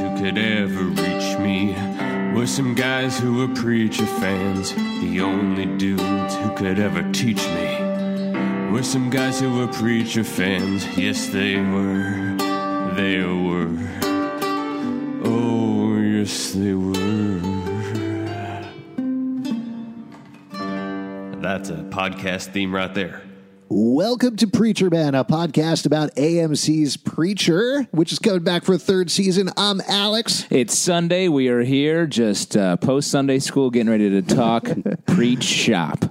never reached me were some guys who were preacher fans. The only dudes who could ever teach me were some guys who were preacher fans. Yes, they were. They were. Oh, yes, they were. That's a podcast theme right there. Welcome to Preacher Man, a podcast about AMC's Preacher, which is coming back for a third season. I'm Alex. It's Sunday. We are here just uh, post Sunday school, getting ready to talk, preach, shop.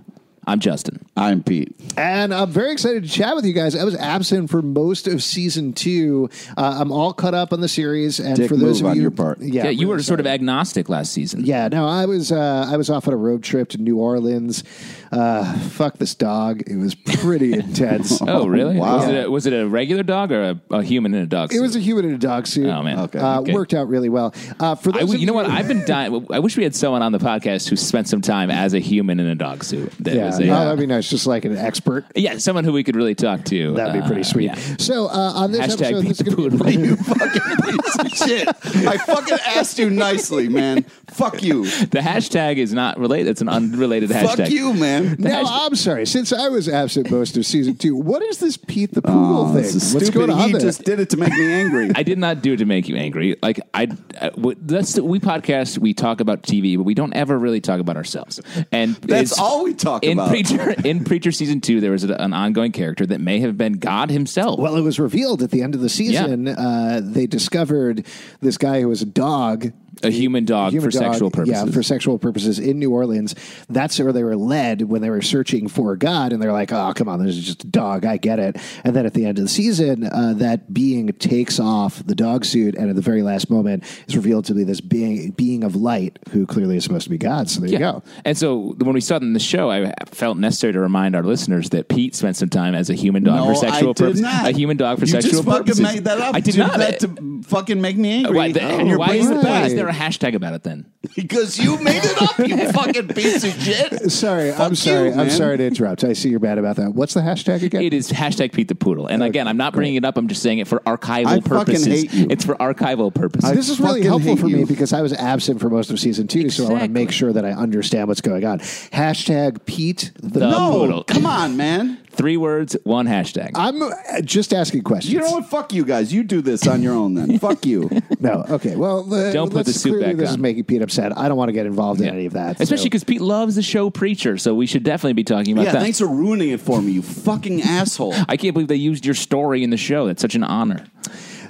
I'm Justin. I'm Pete. And I'm very excited to chat with you guys. I was absent for most of season two. Uh, I'm all caught up on the series. And Dick for those move of on you, your part. yeah, Yeah, you really were sort of sorry. agnostic last season. Yeah, no, I was uh, I was off on a road trip to New Orleans. Uh, fuck this dog. It was pretty intense. Oh, really? Wow. Was, it a, was it a regular dog or a, a human in a dog? It suit? was a human in a dog suit. Oh, man. Okay, uh, okay. worked out really well. Uh, for those I w of you know what? I've been dying. I wish we had someone on the podcast who spent some time as a human in a dog suit. That yeah, was a, uh, no, that'd be nice. Just like an expert. yeah, someone who we could really talk to. That'd be Uh, pretty sweet. yeah. So uh, on this episode, Hashtag beat this is the gonna be- poodle. You fucking piece of shit. I fucking asked you nicely, man. Fuck you. The hashtag is not related. It's an unrelated hashtag. Fuck you, man. Now I'm sorry. Since I was absent most of season two, what is this Pete the Poodle thing? Oh, This is What's stupid. going on He there? just did it to make me angry. I did not do it to make you angry. Like I, I w- that's we podcast. We talk about TV, but we don't ever really talk about ourselves. And That's it's- all we talk in about. Preacher. In Preacher season two, there was a, an ongoing character that may have been God himself. well, it was revealed at the end of the season. Uh, they discovered this guy who was a dog. a human dog human for dog, sexual purposes. Yeah, for sexual purposes in New Orleans. That's where they were led when they were searching for God. And they're like, oh, come on, this is just a dog. I get it. And then at the end of the season, uh, that being takes off the dog suit. And at the very last moment, is revealed to be this being, being of light who clearly is supposed to be God. So there you go. And so when we started in the show, I felt necessary to remind our listeners that Pete spent some time as a human dog No, for sexual I did purposes. not. A human dog for you sexual just fucking purposes. Made that up. I did You not. That to fucking make me angry. why, the- and you're why is, bringing it why back is there a hashtag about it then? because you made it up. You fucking piece of shit. Sorry, I'm you, sorry. I'm man. sorry to interrupt. I see you're mad about that. What's the hashtag again? It is hashtag Pete the Poodle. And again, I'm not bringing it up. I'm just saying it for archival I fucking purposes. hate you. It's for archival purposes. Uh, this is really fucking helpful hate for me you. because I was absent for most of season two, so I want to Exactly. make sure that I understand what's going on. Hashtag Pete the. The- No, poodle. come on, man. Three words, one hashtag. I'm uh, just asking questions. You know what? Fuck you guys. You do this on your own then. Fuck you. No, okay. Well, uh, Don't put let's- the suit clearly back This is on. making Pete upset. I don't want to get involved in Yeah. any of that. Especially so- because Pete loves the show Preacher, so we should definitely be talking about Yeah, that. thanks for ruining it for me, you fucking asshole. I can't believe they used your story in the show. That's such an honor.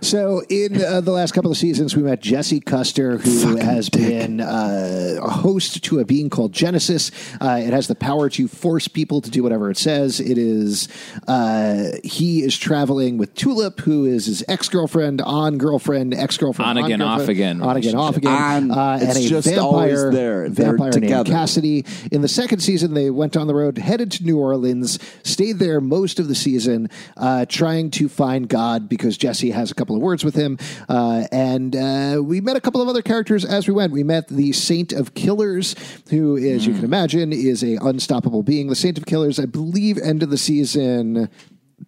So, in uh, the last couple of seasons, we met Jesse Custer, who has been uh, a host to a being called Genesis. Uh, it has the power to force people to do whatever it says. It is uh, he is traveling with Tulip, who is his ex girlfriend, on girlfriend, ex girlfriend, On again, off again on again, off again, On. uh, and It's a just always vampire, there. They're vampire named together. Cassidy. In the second season, they went on the road, headed to New Orleans, stayed there most of the season, uh, trying to find God because Jesse has a couple of words with him. Uh, and uh, we met a couple of other characters as we went. We met the Saint of Killers, who, as Hmm. you can imagine, is a unstoppable being. The Saint of Killers, I believe, end of the season.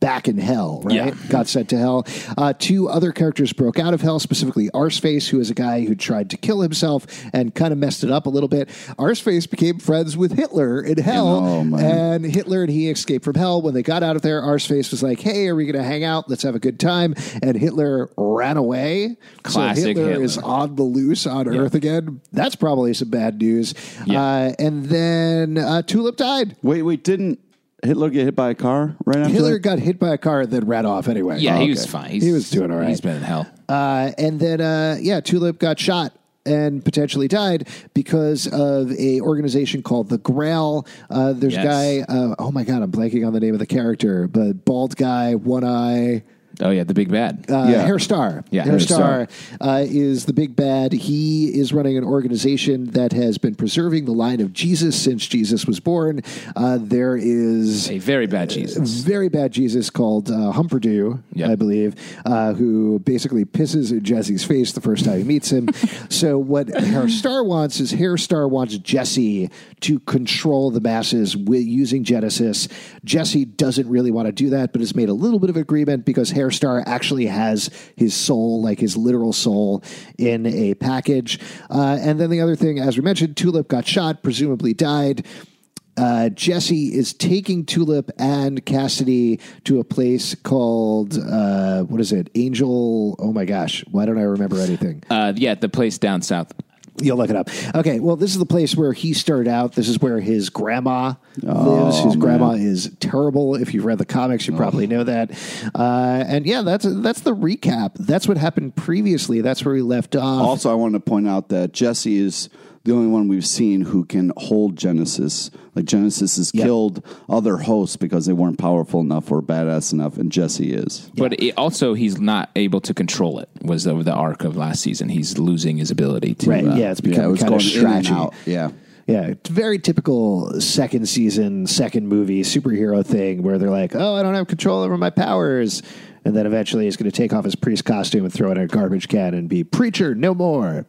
Back in hell, right? Yeah. got sent to hell. Uh, two other characters broke out of hell, specifically Arseface, who is a guy who tried to kill himself and kind of messed it up a little bit. Arseface became friends with Hitler in hell, Oh, man. and Hitler and he escaped from hell. When they got out of there, Arseface was like, "Hey, are we going to hang out? Let's have a good time." And Hitler ran away. Classic so Hitler, Hitler. is on the loose on Earth again. That's probably some bad news. Yeah. Uh, and then uh, Tulip died. Wait, wait, didn't Hitler get hit by a car right after Hitler that? got hit by a car and then ran off anyway. Yeah, Oh, he was okay. fine. He's- he was doing all right. He's been in hell. Uh, and then, uh, yeah, Tulip got shot and potentially died because of a organization called the Grail. Uh, there's Yes. a guy. Uh, oh my god, I'm blanking on the name of the character, but bald guy, one eye. Oh yeah, the big bad. Uh, Yeah. Hair Star. Yeah, Hair Hair Star uh, is the big bad. He is running an organization that has been preserving the line of Jesus since Jesus was born. Uh, there is a very bad Jesus. very bad Jesus called uh, Humperdew, Yeah. I believe, uh, who basically pisses in Jesse's face the first time he meets him. so what Hair Star wants is Hair Star wants Jesse to control the masses with using Genesis. Jesse doesn't really want to do that, but has made a little bit of agreement because Hair Airstar actually has his soul, like his literal soul, in a package. Uh, and then the other thing, as we mentioned, Tulip got shot, presumably died. Uh, Jesse is taking Tulip and Cassidy to a place called uh, what is it? Angel. Oh my gosh, why don't I remember anything? Uh, yeah, the place down south. You'll look it up. Okay, well, this is the place where he started out. This is where his grandma lives. His grandma is terrible. If you've read the comics, you probably know that. Uh, and yeah, that's that's the recap. That's what happened previously. That's where we left off. Also, I wanted to point out that Jesse is the only one we've seen who can hold Genesis. Like Genesis has killed other hosts because they weren't powerful enough or badass enough, and Jesse is. But it, also, he's not able to control it. Was over the arc of last season, he's losing his ability to. Right? uh, Yeah, it's Yeah, it become was kind going of in and strategy. out. Yeah. Yeah, it's very typical second season, second movie superhero thing where they're like, "Oh, I don't have control over my powers," and then eventually he's going to take off his priest costume and throw it in a garbage can and be preacher no more.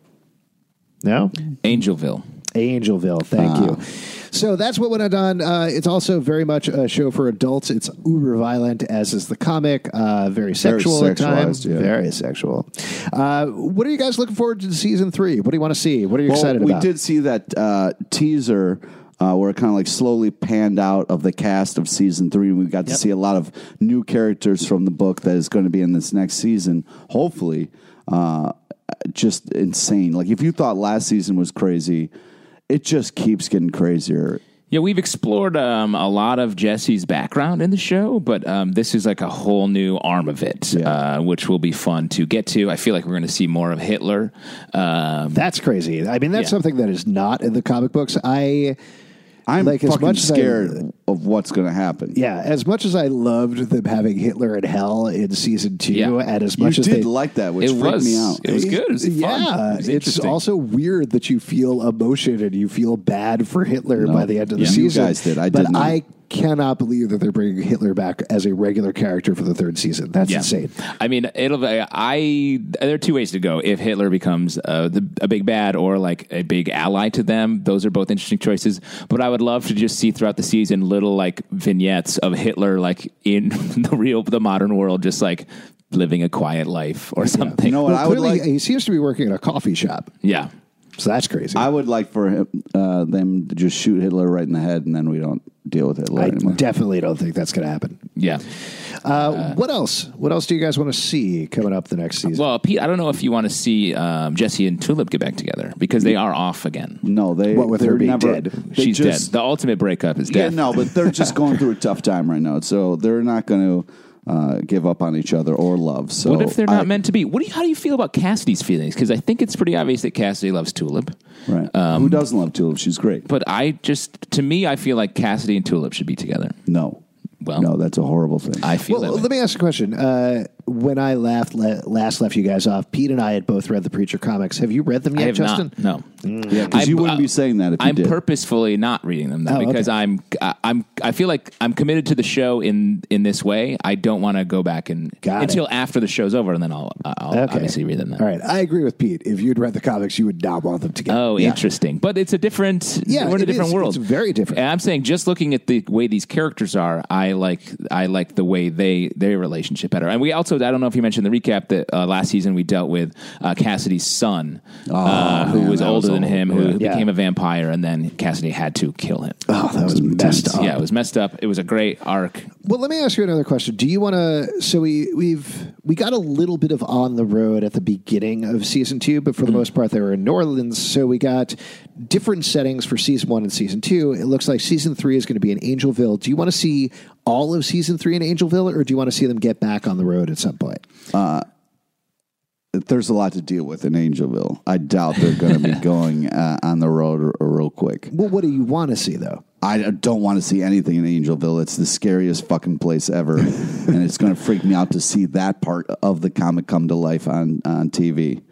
No, Mm-hmm. Angelville. Angelville. Thank Ah. you. So that's what went on. Uh, it's also very much a show for adults. It's uber violent, as is the comic. Uh, very sexual at times. sexualized, yeah. Very sexual. Uh, what are you guys looking forward to season three? What do you want to see? What are you Well, excited we about? did see that uh, teaser uh, where it kind of like slowly panned out of the cast of season three, and we got to see a lot of new characters from the book that is going to be in this next season. Hopefully, uh, just insane. Like if you thought last season was crazy, it just keeps getting crazier. Yeah, we've explored um, a lot of Jesse's background in the show, but um, this is like a whole new arm of it, uh, which will be fun to get to. I feel like we're going to see more of Hitler. Um, That's crazy. I mean, that's Yeah. something that is not in the comic books. I I'm Like, as fucking much as I- scared of what's going to happen. yeah, as much as I loved them having Hitler in hell in season two, Yeah. and as you much did as they like that, which it freaked was me out. it was good. It was fun. yeah, It was it's interesting. also weird that you feel emotion and you feel bad for Hitler by the end of the You season. guys did. I but did not. I cannot believe that they're bringing Hitler back as a regular character for the third season. That's insane. I mean, it'll. I there are two ways to go. If Hitler becomes uh, the, a big bad or like a big ally to them, those are both interesting choices. But I would love to just see throughout the season little like vignettes of Hitler like in the real the modern world, just like living a quiet life or something. You know what? Well, I would clearly, like. he seems to be working at a coffee shop, yeah. so that's crazy. I would like for him, uh, them to just shoot Hitler right in the head, and then we don't deal with Hitler I anymore. definitely don't think that's going to happen. Yeah. Uh, what else? What else do you guys want to see coming up the next season? Well, Pete, I don't know if you want to see um, Jesse and Tulip get back together because they are off again. no, they. What with they're her being never, dead? they She's just, dead. The ultimate breakup is Yeah, death. no, but they're just going through a tough time right now, so they're not going to uh, give up on each other or love. So What if they're not I- meant to be? What do you, how do you feel about Cassidy's feelings? Because I think it's pretty obvious that Cassidy loves Tulip. Uh, Right. Who doesn't love Tulip? She's great. um, But I just, to me, I feel like Cassidy and Tulip should be together. No. Well- no, that's a horrible thing. I feel Well, that. let way. me ask a question. Uh, when I left, le- last left you guys off, Pete and I had both read the Preacher comics. Have you read them yet, I have Justin? not. No. yeah, because I'm- Mm. you wouldn't uh, be saying that if you I'm did. purposefully not reading them Oh, though, because okay. I'm I- I'm I feel like I'm committed to the show in in this way. I don't want to go back and Got it. until after the show's over, and then I'll I'll obviously read them. Then. All right. I agree with Pete. If you'd read the comics, you would not want them to get. Oh, Yeah. interesting. But it's a different. Yeah, we're it in a different is. world. It's very different. And I'm saying, just looking at the way these characters are, I like I like the way they their relationship better. And we also, I don't know if you mentioned the recap that uh, last season we dealt with uh, Cassidy's son, Oh, uh, who man, was that older was than awful. him, who Yeah. became a vampire, and then Cassidy had to kill him. Oh, that was messed up. yeah, it was messed up. It was a great arc. Well, let me ask you another question. Do you want to? So we we've we got a little bit of on the road at the beginning of season two, but for the most part, they were in New Orleans. So we got different settings for season one and season two. It looks like season three is going to be in Angelville. Do you want to see all of season three in Angelville, or do you want to see them get back on the road at some point? there's a lot to deal with in Angelville. I doubt they're going to be going uh, on the road r- real quick. Well, what do you want to see though? I don't want to see anything in Angelville. It's the scariest fucking place ever, and it's going to freak me out to see that part of the comic come to life on on TV.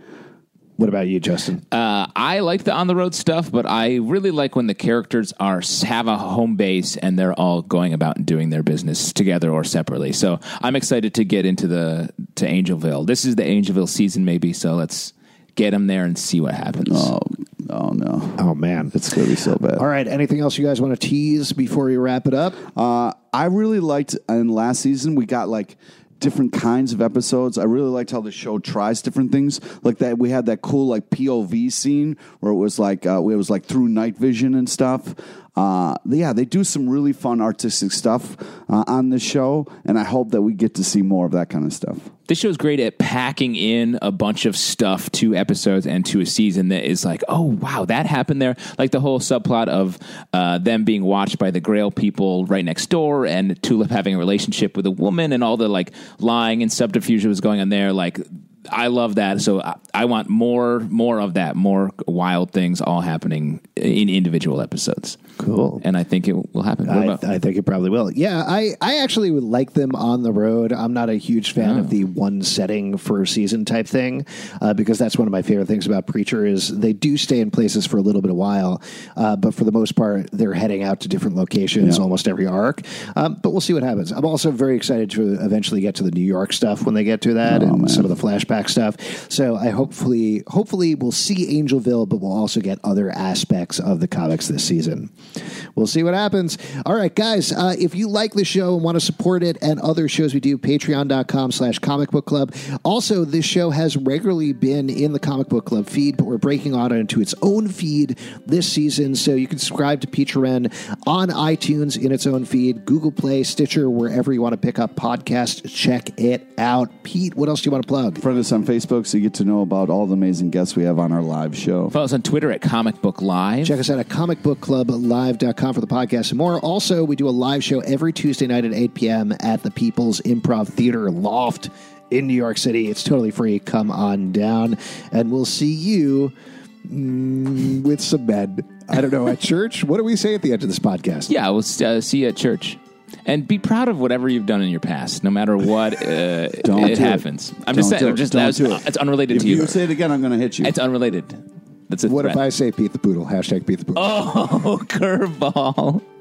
What about you, Justin? Uh, I like the on the road stuff, but I really like when the characters are have a home base and they're all going about and doing their business together or separately. So I'm excited to get into the to Angelville. This is the Angelville season, maybe. So let's get them there and see what happens. Oh, oh no, oh man, it's going to be so bad. all right. Anything else you guys want to tease before we wrap it up? Uh, I really liked in last season we got like different kinds of episodes. I really liked how the show tries different things. Like that, we had that cool like POV scene where it was like uh, it was like through night vision and stuff. Uh, yeah, they do some really fun artistic stuff uh, on the show, and I hope that we get to see more of that kind of stuff. This show's great at packing in a bunch of stuff to episodes and to a season that is like, oh wow, that happened there. Like the whole subplot of uh, them being watched by the Grail people right next door, and Tulip having a relationship with a woman, and all the like lying and subterfuge that was going on there. Like, I love that. So I, I want more, more of that, more wild things all happening in individual episodes. Cool. and I think it will happen. What I, about- I think it probably will. Yeah, I, I actually would like them on the road. I'm not a huge fan of the one setting for season type thing uh, because that's one of my favorite things about Preacher is they do stay in places for a little bit of while, uh, but for the most part they're heading out to different locations almost every arc. Um, but we'll see what happens. I'm also very excited to eventually get to the New York stuff when they get to that and some of the flashback stuff. So I hopefully hopefully we'll see Angelville, but we'll also get other aspects of the comics this season. We'll see what happens. All right, guys, uh, if you like the show and want to support it and other shows we do, patreon.com slash comic book club. Also, this show has regularly been in the comic book club feed, but we're breaking out into its own feed this season. So you can subscribe to Patreon on iTunes in its own feed, Google Play, Stitcher, wherever you want to pick up podcasts. Check it out. Pete, what else do you want to plug? Friend us on Facebook so you get to know about all the amazing guests we have on our live show. Follow us on Twitter at Comic Book Live. Check us out at comicbookclublive.com for the podcast and more. Also, we do a live show every Tuesday night at 8 p.m. at the People's Improv Theater Loft in New York City. It's totally free. Come on down, and we'll see you mm, with some men. I don't know, at church? What do we say at the end of this podcast? yeah, we'll uh, see you at church. And be proud of whatever you've done in your past, no matter what uh, Don't it do it. happens. I'm just saying, Don't do I'm it. just, Don't that's, do it. it's unrelated If to you. you say it again, I'm going to hit you. it's unrelated. That's a What if threat. I say Pete the Poodle? Hashtag Pete the Poodle. Oh, curveball.